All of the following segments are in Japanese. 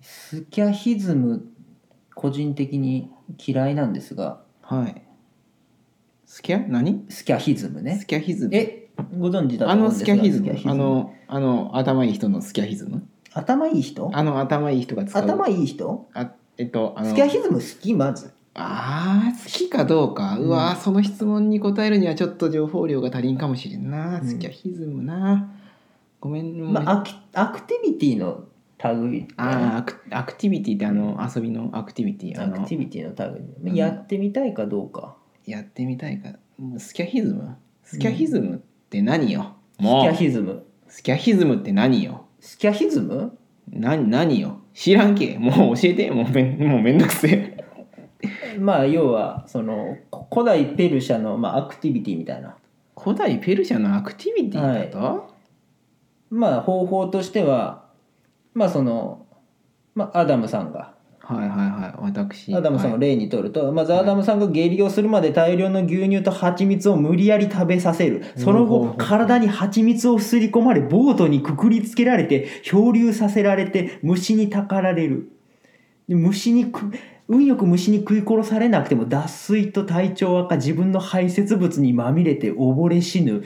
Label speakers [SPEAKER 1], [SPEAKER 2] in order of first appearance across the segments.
[SPEAKER 1] スキャヒズム個人的に嫌いなんですが
[SPEAKER 2] はいスキャ何
[SPEAKER 1] スキャヒズムね
[SPEAKER 2] スキャヒズム
[SPEAKER 1] えご存知だと
[SPEAKER 2] あ
[SPEAKER 1] 思うん
[SPEAKER 2] の
[SPEAKER 1] です
[SPEAKER 2] ス
[SPEAKER 1] が
[SPEAKER 2] キャヒズム
[SPEAKER 1] スキャ
[SPEAKER 2] あのあの頭いい人のスキャヒズム
[SPEAKER 1] 頭いい人
[SPEAKER 2] あの頭いい人が使う
[SPEAKER 1] 頭いい人
[SPEAKER 2] あえっとあの
[SPEAKER 1] スキャヒズム好きまず
[SPEAKER 2] あー好きかどうかうわー、
[SPEAKER 1] う
[SPEAKER 2] その質問に答えるにはちょっと情報量が足りんかもしれんな、
[SPEAKER 1] うん
[SPEAKER 2] スキャヒズムなごめん、
[SPEAKER 1] まあ、アクアクティビティの類
[SPEAKER 2] あーアクアクティビティってあの遊びのアクティビティあ
[SPEAKER 1] ア
[SPEAKER 2] の
[SPEAKER 1] クティビティの類、
[SPEAKER 2] うん
[SPEAKER 1] やってみたいかどうか
[SPEAKER 2] やってみたいかもうスキャヒズムスキャヒズムって何よ、も
[SPEAKER 1] スキ
[SPEAKER 2] う
[SPEAKER 1] ャヒズム
[SPEAKER 2] スキャヒズムって何よ
[SPEAKER 1] スキャヒズム
[SPEAKER 2] な何よ知らんけもう教えてもうめんもうめんどくせえ
[SPEAKER 1] まあ要はそのこ古代ペルシャの、まあ、アクティビティみたいな
[SPEAKER 2] 古代ペルシャのアクティビティだと、
[SPEAKER 1] まあ方法としてはまあその、まあ、アダムさんが
[SPEAKER 2] はい、はいはい私
[SPEAKER 1] アダムさんを
[SPEAKER 2] はい
[SPEAKER 1] 例にとると、まずアダムさんが下痢をするまで大量の牛乳と蜂蜜を無理やり食べさせるその
[SPEAKER 2] ほうほ
[SPEAKER 1] 後
[SPEAKER 2] うほう
[SPEAKER 1] 体に蜂蜜をすり込まれボートにくくりつけられて漂流させられて虫にたかられるで虫にく運よく虫に食い殺されなくても脱水と体調悪化自分の排泄物にまみれて溺れ死ぬ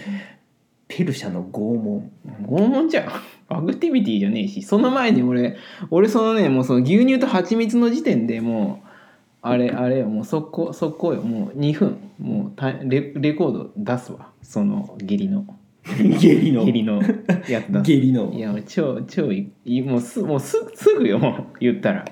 [SPEAKER 1] ペルシャの拷 問
[SPEAKER 2] 拷問じゃんアクティビティじゃねえしその前に俺俺そのねもうその牛乳と蜂蜜の時点でもうあれあれよもう速攻速攻よもう2分もうたレレコード出すわその義理の
[SPEAKER 1] 下痢の
[SPEAKER 2] 義理のやつだ
[SPEAKER 1] 下痢の
[SPEAKER 2] いやもう超超いいもうすもうすすぐよもう言ったら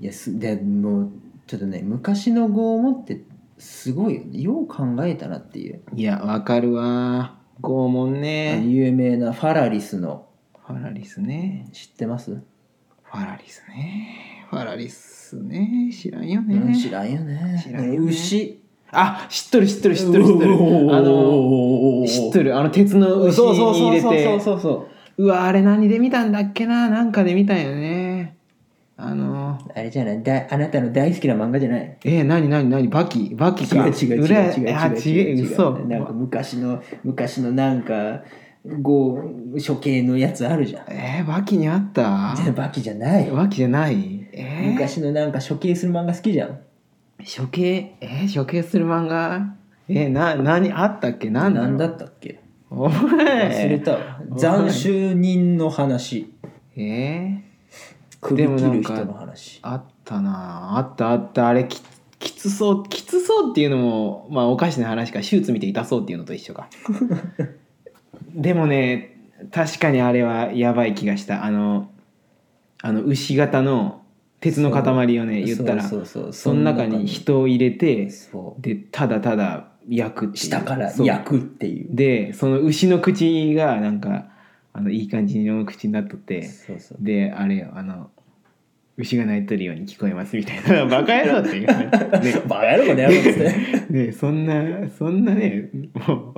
[SPEAKER 1] いやすでもうちょっとね昔の拷問ってすごいよねよう考えたなっていう、
[SPEAKER 2] いやわかるわ拷問
[SPEAKER 1] あの
[SPEAKER 2] ね
[SPEAKER 1] 有名なファラリスの
[SPEAKER 2] ファラリスね
[SPEAKER 1] 知ってます、
[SPEAKER 2] ファラリスねファラリスね知らんよね、
[SPEAKER 1] うん知らんよね
[SPEAKER 2] 知らんよね
[SPEAKER 1] 牛
[SPEAKER 2] あ知っとる知っとる知っとる知っとるあの
[SPEAKER 1] の
[SPEAKER 2] 知っとるあの鉄の牛に入れ
[SPEAKER 1] そう
[SPEAKER 2] て
[SPEAKER 1] そうそうそうそう
[SPEAKER 2] わあれ何で見たんだっけななんかで見たよねあの
[SPEAKER 1] うあれじゃないだあなたの大好きな漫画じゃない
[SPEAKER 2] えー、何何何バキバキ
[SPEAKER 1] 違う
[SPEAKER 2] か
[SPEAKER 1] 違う違う違う
[SPEAKER 2] 裏
[SPEAKER 1] 違う違う
[SPEAKER 2] あ違う嘘
[SPEAKER 1] なんか昔の昔のなんか拷処刑のやつあるじゃん
[SPEAKER 2] えー、バキにあった
[SPEAKER 1] じゃあバキじゃない
[SPEAKER 2] バキじゃないえー、
[SPEAKER 1] 昔のなんか処刑する漫画好きじゃん
[SPEAKER 2] 処刑えー、処刑する漫画えー、な何あったっけ
[SPEAKER 1] な
[SPEAKER 2] なんんだろう
[SPEAKER 1] だったっけ
[SPEAKER 2] お前
[SPEAKER 1] 忘れたわ斬首人の話
[SPEAKER 2] えー、
[SPEAKER 1] 首切
[SPEAKER 2] でもな
[SPEAKER 1] る
[SPEAKER 2] んか
[SPEAKER 1] 人の話
[SPEAKER 2] あったなああったあったあれききつそうきつそうっていうのもまあおかしな話か手術見て痛そうっていうのと一緒か でもね確かにあれはやばい気がしたあのあの牛型の鉄の塊をね言ったらそ
[SPEAKER 1] そうそうそう
[SPEAKER 2] の中に人を入れて
[SPEAKER 1] そう
[SPEAKER 2] でただただ焼くっていう
[SPEAKER 1] 下から
[SPEAKER 2] そう
[SPEAKER 1] 焼くっていう
[SPEAKER 2] でその牛の口がなんかあのいい感じの口になっとって
[SPEAKER 1] そうそう
[SPEAKER 2] であれよあの牛が鳴いてるように聞こえますみた いなバカ野郎っていうね
[SPEAKER 1] バカ野郎この野郎っつって
[SPEAKER 2] ねそんなそんなねも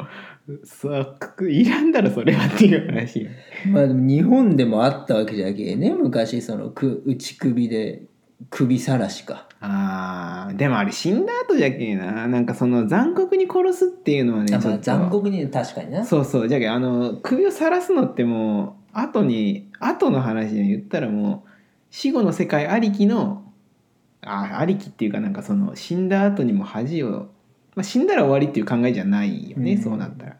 [SPEAKER 2] うそうくいらんだろそれはっていう話
[SPEAKER 1] まあでも日本でもあったわけじゃけえね昔そのく内首で首さらしか
[SPEAKER 2] あーでもあれ死んだ後じゃけえななんかその残酷に殺すっていうのはね
[SPEAKER 1] あ
[SPEAKER 2] ちょ
[SPEAKER 1] まあ
[SPEAKER 2] っと
[SPEAKER 1] 残酷に確かにな
[SPEAKER 2] そうそうじゃけあの首を晒すのってもう後に後の話で言ったらもう死後の世界ありきのあありきっていうかなんかその死んだ後にも恥を、まあ、死んだら終わりっていう考えじゃないよね、
[SPEAKER 1] うん
[SPEAKER 2] そうなったら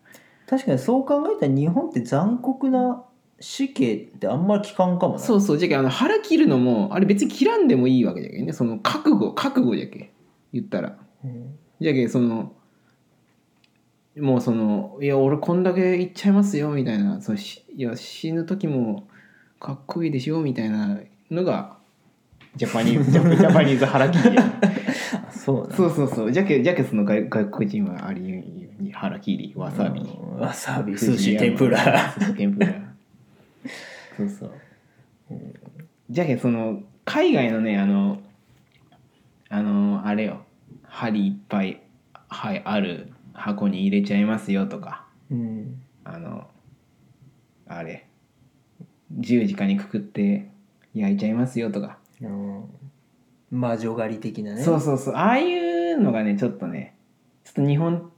[SPEAKER 1] 確かにそう考えたら日本って残酷な死刑ってあんまり聞かんかもな
[SPEAKER 2] そうそうじゃけあの腹切るのもあれ別に切らんでもいいわけじゃけねその覚悟覚悟じゃけ言ったら
[SPEAKER 1] うん
[SPEAKER 2] じゃけそのもうそのいや俺こんだけいっちゃいますよみたいなそのしいや死ぬ時もかっこいいでしょみたいなのがジャパニーズジャパニーズ腹切り
[SPEAKER 1] あそうな
[SPEAKER 2] そうそうそうじゃけじゃけその外外国人はありゆに腹切りわさび
[SPEAKER 1] うんわさび寿司天ぷら
[SPEAKER 2] 寿司天ぷらそうそう、じゃけその海外のねあのあのあれよ針いっぱい、はい、ある箱に入れちゃいますよとか
[SPEAKER 1] うん
[SPEAKER 2] あのあれ十字架にくくって焼いちゃいますよとか、
[SPEAKER 1] うん魔女狩り的なね
[SPEAKER 2] そうそうそうああいうのがねちょっとねちょっと日本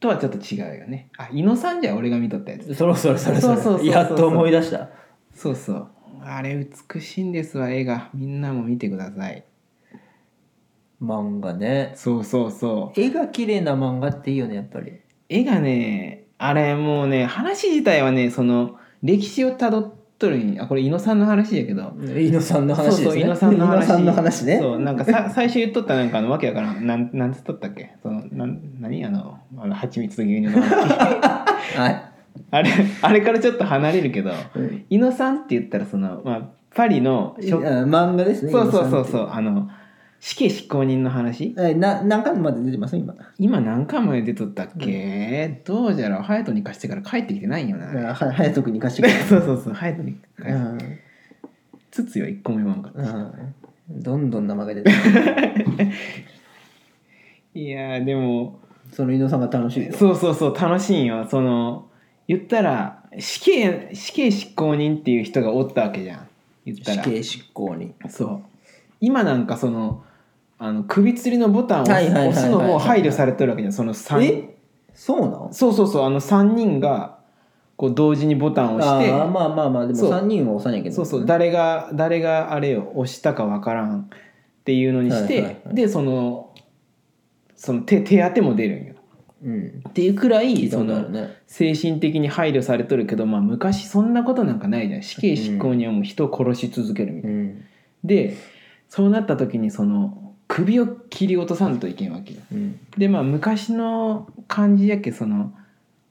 [SPEAKER 2] とはちょっと違うよねあ猪野さんじゃ俺が見とったやつ
[SPEAKER 1] そろそろそろそろ
[SPEAKER 2] そうそうそうそう
[SPEAKER 1] やっと思い出した
[SPEAKER 2] そうそうあれ美しいんですわ絵がみんなも見てください
[SPEAKER 1] 漫画ね
[SPEAKER 2] そうそうそう
[SPEAKER 1] 絵が綺麗な漫画っていいよねやっぱり
[SPEAKER 2] 絵がねあれもうね話自体はねその歴史をたどっとるにあこれ伊野さんの話やけど
[SPEAKER 1] 伊野さんの話ですね
[SPEAKER 2] そうそう伊野さんの話
[SPEAKER 1] 伊野さんの話ね
[SPEAKER 2] そうなんかさ最初言っとったなんかあのわけわからんなんなんつっとったっけそのなん何あのあの蜂蜜と牛 乳の話
[SPEAKER 1] は
[SPEAKER 2] あれあれからちょっと離れるけど
[SPEAKER 1] い、うん
[SPEAKER 2] 伊野さんって言ったらその、まあ、パリの
[SPEAKER 1] あ漫画ですね
[SPEAKER 2] そうそうそう
[SPEAKER 1] う
[SPEAKER 2] そうあの死刑執行人の話
[SPEAKER 1] な何巻まで出てます今
[SPEAKER 2] 今何回も出とったっけ、どうじゃろう隼人に貸してから帰ってきてないんよな、
[SPEAKER 1] は早くに行かしてく
[SPEAKER 2] そうそうそう隼人に
[SPEAKER 1] れ、
[SPEAKER 2] 貸
[SPEAKER 1] う
[SPEAKER 2] し
[SPEAKER 1] ん
[SPEAKER 2] つつよ一個も読まんかった、
[SPEAKER 1] うんどんどん名前が出てくる
[SPEAKER 2] いやーでも
[SPEAKER 1] その伊野さんが楽しいよ
[SPEAKER 2] そうそうそう楽しいんよその言ったら死刑死刑執行人っていう人がおったわけじゃん言った
[SPEAKER 1] 死
[SPEAKER 2] ら
[SPEAKER 1] 刑執行に
[SPEAKER 2] そう今なんかそのあの首吊りのボタンを押す
[SPEAKER 1] はいはいはいはい
[SPEAKER 2] 押すのも配慮されてるわけじゃんその3
[SPEAKER 1] えそうなん
[SPEAKER 2] そうそうそうあの3人がこう同時にボタンを押して
[SPEAKER 1] あーまあまあまあでも
[SPEAKER 2] そう
[SPEAKER 1] 3人は押さなきゃいけない
[SPEAKER 2] そうそう誰が誰があれを押したかわからんっていうのにして、
[SPEAKER 1] はいはいはい
[SPEAKER 2] でそのその手手当ても出るんよ
[SPEAKER 1] うん
[SPEAKER 2] っていうくらい
[SPEAKER 1] 聞いた
[SPEAKER 2] そ
[SPEAKER 1] ことあ
[SPEAKER 2] の
[SPEAKER 1] るね
[SPEAKER 2] 精神的に配慮されとるけど、まあ、昔そんなことなんかないじゃん死刑執行にはもう人を殺し続けるみたいな、
[SPEAKER 1] うん
[SPEAKER 2] でそうなった時にその首を切り落とさんといけんわけよ
[SPEAKER 1] うん
[SPEAKER 2] でまあ昔の感じやけその、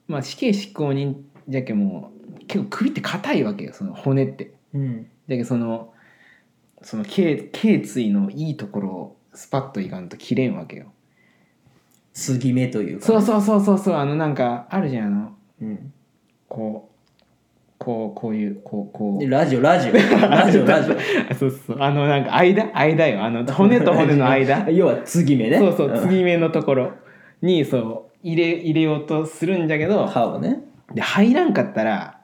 [SPEAKER 2] まあ、死刑執行人じゃけもう結構首って硬いわけよその骨って。
[SPEAKER 1] うん
[SPEAKER 2] だけどそのその頸頸椎のいいところをスパッといかんと切れんわけよ。
[SPEAKER 1] 継ぎ目というか
[SPEAKER 2] そうそうそうそうそうあのなんかあるじゃんあの
[SPEAKER 1] うん
[SPEAKER 2] こうこうこういうこうこ
[SPEAKER 1] で
[SPEAKER 2] う。
[SPEAKER 1] ラジオラジオラジオラジオ
[SPEAKER 2] そうそうあのなんか間間よあの骨と骨 の間
[SPEAKER 1] 要は継ぎ目ね
[SPEAKER 2] そうそう継
[SPEAKER 1] ん
[SPEAKER 2] ぎ目のところにそう入れ入れようとするんじゃけど
[SPEAKER 1] 歯をね
[SPEAKER 2] で入らんかったら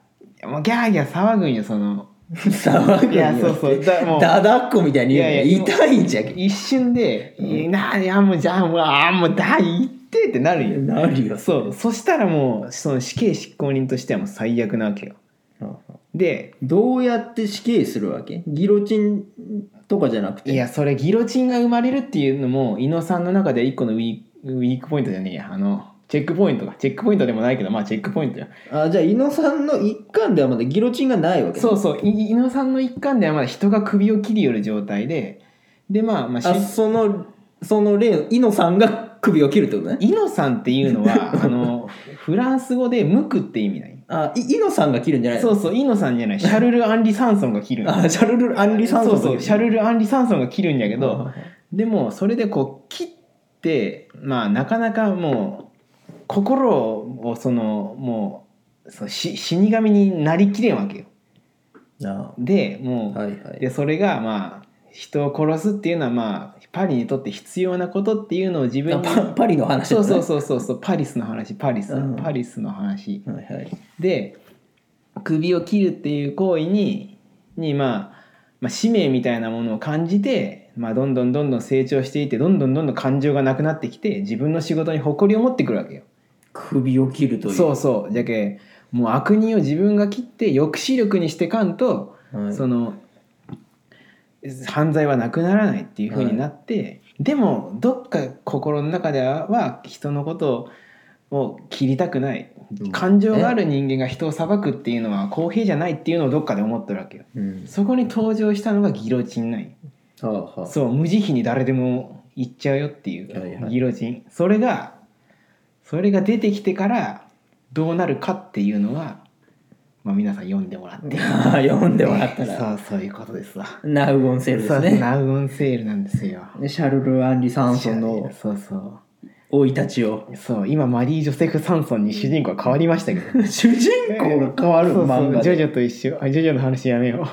[SPEAKER 2] もうギャーギャー騒ぐんよその
[SPEAKER 1] 騒ぐん
[SPEAKER 2] いやそうそうだも う
[SPEAKER 1] だだっこみたいに言うの
[SPEAKER 2] いやいや
[SPEAKER 1] 痛いんじゃけ
[SPEAKER 2] 一瞬で「
[SPEAKER 1] うん
[SPEAKER 2] いいないやもうじゃあもうあーもうだ言って」ってなるよ、
[SPEAKER 1] なるよ
[SPEAKER 2] そうそしたらもうその死刑執行人としてはもう最悪なわけよで
[SPEAKER 1] どうやって死刑するわけギロチンとかじゃなくて
[SPEAKER 2] いやそれギロチンが生まれるっていうのも伊野さんの中では一個のウィーウィークポイントじゃねえやあのチェックポイントかチェックポイントでもないけどまあチェックポイントよ
[SPEAKER 1] あじゃあ伊野さんの一巻ではまだギロチンがないわけね
[SPEAKER 2] そうそうい伊野さんの一環ではまだ人が首を切り寄る状態ででまあまあし
[SPEAKER 1] あそのその例のイノさんが首を切るってことね
[SPEAKER 2] イノさんっていうのは あのフランス語で「無垢」って意味ない
[SPEAKER 1] あいイノさんが切るんじゃないの
[SPEAKER 2] そうそう、イノさんじゃない、シャルル・アンリ・サンソンが切るんだ
[SPEAKER 1] あシャルル・アンリさん
[SPEAKER 2] そうそう、シャル
[SPEAKER 1] ル
[SPEAKER 2] ル・アンリ・サンソンが切るんやけ
[SPEAKER 1] け
[SPEAKER 2] ど、でも、それでこう、切って、まあ、なかなかもう、心を、その、もう、そうし死神になりきれんわけよ。
[SPEAKER 1] あ
[SPEAKER 2] で、もう、
[SPEAKER 1] はいはい
[SPEAKER 2] で、それが、まあ、人を殺すっていうのは、まあ、パリにとって必要なことっていうのを自分
[SPEAKER 1] あ
[SPEAKER 2] に。
[SPEAKER 1] パパリの話
[SPEAKER 2] そ
[SPEAKER 1] だ
[SPEAKER 2] う
[SPEAKER 1] ね
[SPEAKER 2] そうそうそうそう、パリスの話、パリス、
[SPEAKER 1] うん
[SPEAKER 2] パリスの話。
[SPEAKER 1] はいはい
[SPEAKER 2] で首を切るっていう行為にに、まあ、まあ使命みたいなものを感じて、まあ、どんどんどんどん成長していってどんどんどんどん感情がなくなってきて自分の仕事に誇りを持ってくるわけよ。
[SPEAKER 1] 首を切るという
[SPEAKER 2] そうそうじゃけもう悪人を自分が切って抑止力にしてかんと、
[SPEAKER 1] はい
[SPEAKER 2] その犯罪はなくならないっていう風になって、でもどっか心の中では人のことを切りたくない
[SPEAKER 1] うん
[SPEAKER 2] 感情がある人間が人を裁くっていうのは公平じゃないっていうのをどっかで思ってるわけよ
[SPEAKER 1] うん
[SPEAKER 2] そこに登場したのがギロチンない
[SPEAKER 1] はあはあ
[SPEAKER 2] そう無慈悲に誰でも行っちゃうよってい
[SPEAKER 1] はいは
[SPEAKER 2] う
[SPEAKER 1] い
[SPEAKER 2] ギロチンそれがそれが出てきてからどうなるかっていうのは、まあ、皆さん読んでもらって
[SPEAKER 1] 読んでもらったら
[SPEAKER 2] そうそういうことですわ
[SPEAKER 1] ナウゴンセールです
[SPEAKER 2] そうそう
[SPEAKER 1] ね
[SPEAKER 2] ナウオンセールなんですよ
[SPEAKER 1] でシャルル・アンリ・サンソンの
[SPEAKER 2] そうそう
[SPEAKER 1] 生い立ちを
[SPEAKER 2] そう今マリー・ジョセフ・サンソンに主人公は変わりましたけど
[SPEAKER 1] 主人公が変わる
[SPEAKER 2] そうそう
[SPEAKER 1] 漫画
[SPEAKER 2] ジョ
[SPEAKER 1] で
[SPEAKER 2] ジョと一緒あジョジョの話やめよ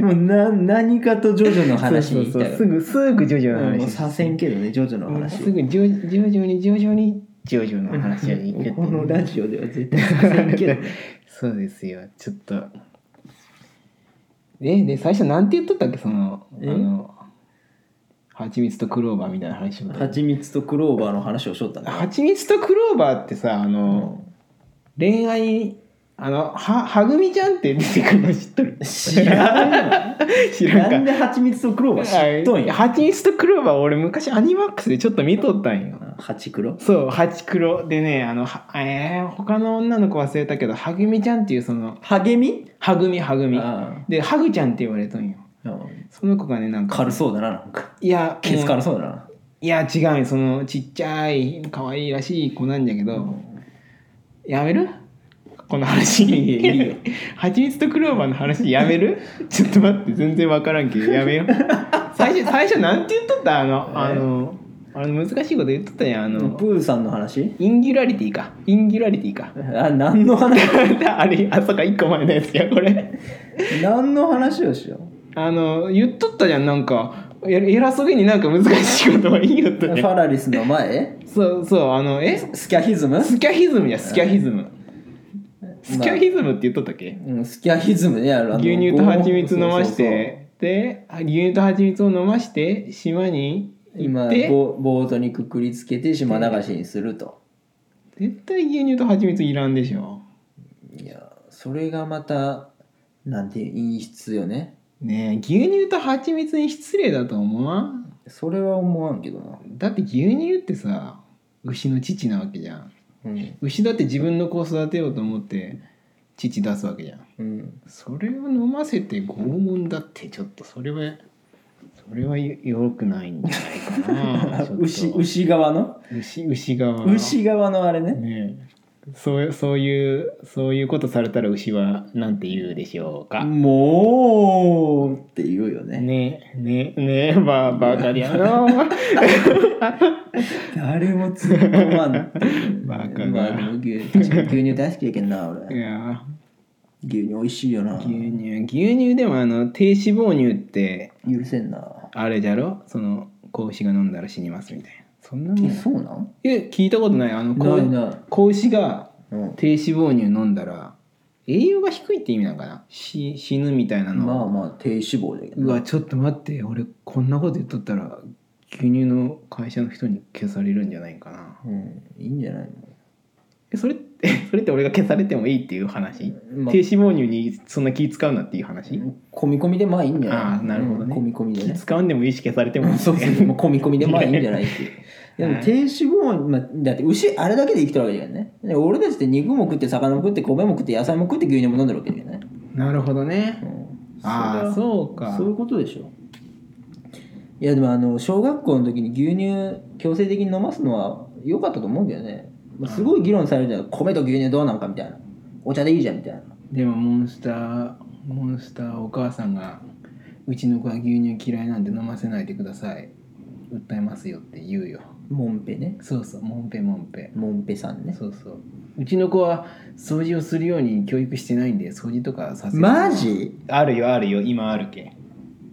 [SPEAKER 2] う
[SPEAKER 1] もうな何かとジョジョの話に行き
[SPEAKER 2] そう
[SPEAKER 1] た
[SPEAKER 2] そう
[SPEAKER 1] い
[SPEAKER 2] そう
[SPEAKER 1] わ
[SPEAKER 2] すぐすぐジョジョの
[SPEAKER 1] うん
[SPEAKER 2] 話
[SPEAKER 1] もう左遷けどねジョジョの話
[SPEAKER 2] すぐ徐々に徐々に徐々の話に行くって
[SPEAKER 1] このラジオでは絶対左遷けどね
[SPEAKER 2] そうですよちょっとえで最初なんて言っとったっけそのあ
[SPEAKER 1] え
[SPEAKER 2] の蜂蜜とクローバーみたいな話を
[SPEAKER 1] 蜂蜜とクローバーの話をしよったね
[SPEAKER 2] 蜂蜜とクローバーってさあの、恋愛あのははぐみちゃんって出てくるの知っとる
[SPEAKER 1] 知らんよ
[SPEAKER 2] 知らん
[SPEAKER 1] な
[SPEAKER 2] か
[SPEAKER 1] んで蜂蜜とクローバー知っとんや
[SPEAKER 2] ハチミツとクローバー俺昔アニマックスでちょっと見とったんよ
[SPEAKER 1] 蜂黒
[SPEAKER 2] そうハチクロでねあのはえー、他の女の子忘れたけどはぐみちゃんっていうその
[SPEAKER 1] 励み
[SPEAKER 2] はぐみはぐみ
[SPEAKER 1] あ
[SPEAKER 2] でハグちゃんって言われとんよ
[SPEAKER 1] あ
[SPEAKER 2] その子がねなんか
[SPEAKER 1] 軽そうだななんか
[SPEAKER 2] いや
[SPEAKER 1] ケツ
[SPEAKER 2] もう
[SPEAKER 1] 軽そうだない
[SPEAKER 2] や違うんよそのちっちゃい可愛いらしい子なんじゃけど、やめるこの話
[SPEAKER 1] いいよ
[SPEAKER 2] ハチミツとクローバーの話やめる ちょっと待って全然分からんけどやめよう最初最初なんて言っとったあのあのあの難しいこと言っとったやんあの
[SPEAKER 1] プーさんの話
[SPEAKER 2] インギュラリティかインギュラリティか
[SPEAKER 1] あ何の話
[SPEAKER 2] あれあそっか一個前のやつやこれ
[SPEAKER 1] 何の話をしよう
[SPEAKER 2] あの言っとったじゃんなんかえ偉そうげになんか難しいことは言いよった
[SPEAKER 1] フ
[SPEAKER 2] ね
[SPEAKER 1] ァラリスの前
[SPEAKER 2] そうそうあのえ
[SPEAKER 1] スキャヒズム
[SPEAKER 2] スキャヒズムやスキャヒズムスキャヒズムって言っとったっけ、
[SPEAKER 1] うん、スキャヒズムねあの
[SPEAKER 2] 牛乳と蜂蜜飲ま
[SPEAKER 1] そう
[SPEAKER 2] し
[SPEAKER 1] そう
[SPEAKER 2] てであ牛乳と蜂蜜を飲まして島に
[SPEAKER 1] そう今
[SPEAKER 2] 行って
[SPEAKER 1] ボボートにくくりつけて島流しにすると
[SPEAKER 2] 絶対牛乳と蜂蜜いらんでしょ
[SPEAKER 1] いやそれがまたなんて陰湿よね
[SPEAKER 2] ねえ牛乳と蜂蜜に失礼だと思わん
[SPEAKER 1] それは思わんけどな、
[SPEAKER 2] だって牛乳ってさ牛の乳なわけじゃん
[SPEAKER 1] うん
[SPEAKER 2] 牛だって自分の子を育てようと思って乳出すわけじゃん
[SPEAKER 1] うん、
[SPEAKER 2] それを飲ませて拷問だってちょっとそれはそれはよよくないんじゃな いかなちょっと
[SPEAKER 1] 牛牛側の
[SPEAKER 2] 牛牛側
[SPEAKER 1] 牛側のあれね
[SPEAKER 2] ねえそうそういうそういうことされたら牛はなんて言うでしょうか、
[SPEAKER 1] もうって言うよね
[SPEAKER 2] ねえねえねえばあばかりやな
[SPEAKER 1] 誰も突っ込まん
[SPEAKER 2] バカが
[SPEAKER 1] まあでも牛確かに牛乳大好きやけんな俺
[SPEAKER 2] いや
[SPEAKER 1] 牛乳美味しいよな
[SPEAKER 2] 牛乳牛乳でもあの低脂肪乳って
[SPEAKER 1] 許せんな
[SPEAKER 2] あれじゃろその子牛が飲んだら死にますみたいなそんなもん
[SPEAKER 1] えそうなん
[SPEAKER 2] え聞いたことないあの子
[SPEAKER 1] ないない
[SPEAKER 2] 子牛が
[SPEAKER 1] うん
[SPEAKER 2] 低脂肪乳飲んだら栄養が低いって意味なのかなし死ぬみたいなの
[SPEAKER 1] まあまあ低脂肪だけど
[SPEAKER 2] うわちょっと待って俺こんなこと言っとったら牛乳の会社の人に消されるんじゃないかな
[SPEAKER 1] うん、いいんじゃない
[SPEAKER 2] えそれってそれって俺が消されてもいいっていう話、
[SPEAKER 1] の、まあ
[SPEAKER 2] 低、脂肪乳にそんな気使うなっていう話、
[SPEAKER 1] 込み込みでまあいいんじゃない
[SPEAKER 2] ああなるほどね
[SPEAKER 1] 込み込みで
[SPEAKER 2] 気
[SPEAKER 1] ね
[SPEAKER 2] 使うんでもいいし消されてもいい
[SPEAKER 1] そうそうもう込み込みでまあいいんじゃないっていうでも
[SPEAKER 2] はい
[SPEAKER 1] 低脂肪、まあ、だって牛あれだけで生きてるわけだよねで俺たちって肉も食って魚も食って米も食って野菜も食って牛乳も飲んでるわけだよね、
[SPEAKER 2] なるほどね
[SPEAKER 1] うん
[SPEAKER 2] ああ
[SPEAKER 1] それは
[SPEAKER 2] そうか
[SPEAKER 1] そういうことでしょいやでもあの小学校の時に牛乳強制的に飲ますのは良かったと思うんだよね、まあ、すごい議論されるじゃん米と牛乳どうなんかみたいなお茶でいいじゃんみたいな
[SPEAKER 2] でもモンスターモンスターお母さんが「うちの子は牛乳嫌いなんで飲ませないでください訴えますよ」って言うよ
[SPEAKER 1] モンペね
[SPEAKER 2] そうそうもんぺもんぺ
[SPEAKER 1] モンペさんね
[SPEAKER 2] そうそううちの子は掃除をするように教育してないんで掃除とかさせ
[SPEAKER 1] マジ
[SPEAKER 2] あるよあるよ今あるけ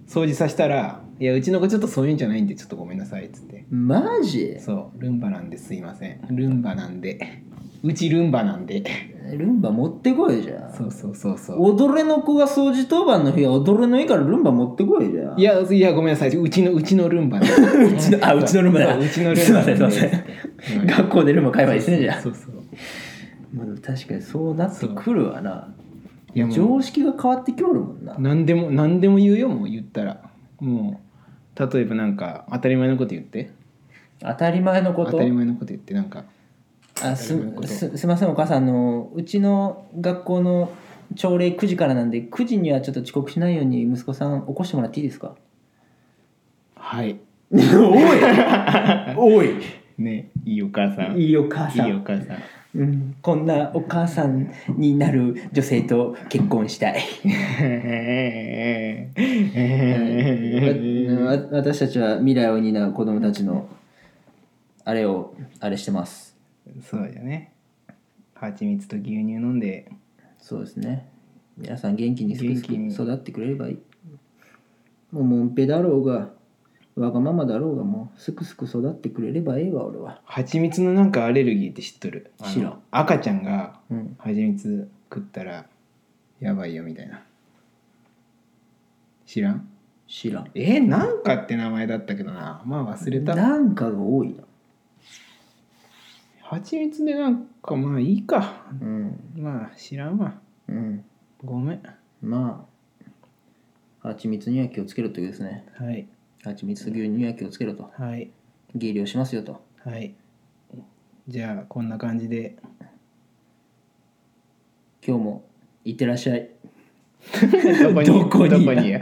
[SPEAKER 2] 掃除させたら「いやうちの子ちょっとそういうんじゃないんでちょっとごめんなさい」っつって
[SPEAKER 1] マジ
[SPEAKER 2] そうルンバなんですいませんルンバなんでうちルンバなんで
[SPEAKER 1] ルンバ持ってこいじゃん
[SPEAKER 2] そうそうそうそう
[SPEAKER 1] 踊れの子が掃除当番の日は踊れの家からルンバ持ってこいじゃん
[SPEAKER 2] いやいやごめんなさいうちのうちのルンバなんで
[SPEAKER 1] うちのあうちのルンバだ
[SPEAKER 2] そううちのルンバ
[SPEAKER 1] すいませんすいません
[SPEAKER 2] うん
[SPEAKER 1] 学校でルンバ界隈してんじゃん
[SPEAKER 2] そうそうそう
[SPEAKER 1] まあでも確かにそうなってくるわない
[SPEAKER 2] やもう
[SPEAKER 1] 常識が変わってきおるもんな
[SPEAKER 2] 何でも何でも言うよもう言ったらもう例えばなんか当たり前のこと言って
[SPEAKER 1] 当たり前のこ
[SPEAKER 2] 当
[SPEAKER 1] と
[SPEAKER 2] たり前のこと言ってなんか
[SPEAKER 1] あす
[SPEAKER 2] 当たり前のこと
[SPEAKER 1] すすいませんお母さんあのうちの学校の朝礼9時からなんで9時にはちょっと遅刻しないように息子さん起こしてもらっていいですか
[SPEAKER 2] はい
[SPEAKER 1] おいおい
[SPEAKER 2] ねいいお母さん
[SPEAKER 1] いいお母さん
[SPEAKER 2] いいお母さん
[SPEAKER 1] うん、こんなお母さんになる女性と結婚したいわわ私たちは未来を担う子供たちのあれをあれしてます
[SPEAKER 2] そうだね蜂蜜と牛乳飲んで
[SPEAKER 1] そうですね皆さん元気にすくすく
[SPEAKER 2] 元気に
[SPEAKER 1] 育ってくれればいいもうもんぺだろうがわがままだろうがもうすくすく育ってくれればええわ俺は
[SPEAKER 2] 蜂蜜のなんかアレルギーって知っとるあの
[SPEAKER 1] 知らん
[SPEAKER 2] 赤ちゃんが
[SPEAKER 1] うん
[SPEAKER 2] 蜂蜜食ったらやばいよみたいな知らん
[SPEAKER 1] 知らん
[SPEAKER 2] えーなんかって名前だったけどなまあ忘れた
[SPEAKER 1] なんかが多いな
[SPEAKER 2] 蜂蜜でなんかまあいいか
[SPEAKER 1] うん
[SPEAKER 2] まあ知らんわ
[SPEAKER 1] うん
[SPEAKER 2] ごめん
[SPEAKER 1] まあ蜂蜜には気をつけろというですね
[SPEAKER 2] はい
[SPEAKER 1] 蜂蜜と牛乳には気をつけろと
[SPEAKER 2] はい
[SPEAKER 1] 減量しますよと
[SPEAKER 2] はいじゃあこんな感 じで
[SPEAKER 1] 今日もいってらっしゃい
[SPEAKER 2] ど
[SPEAKER 1] どこに
[SPEAKER 2] どこに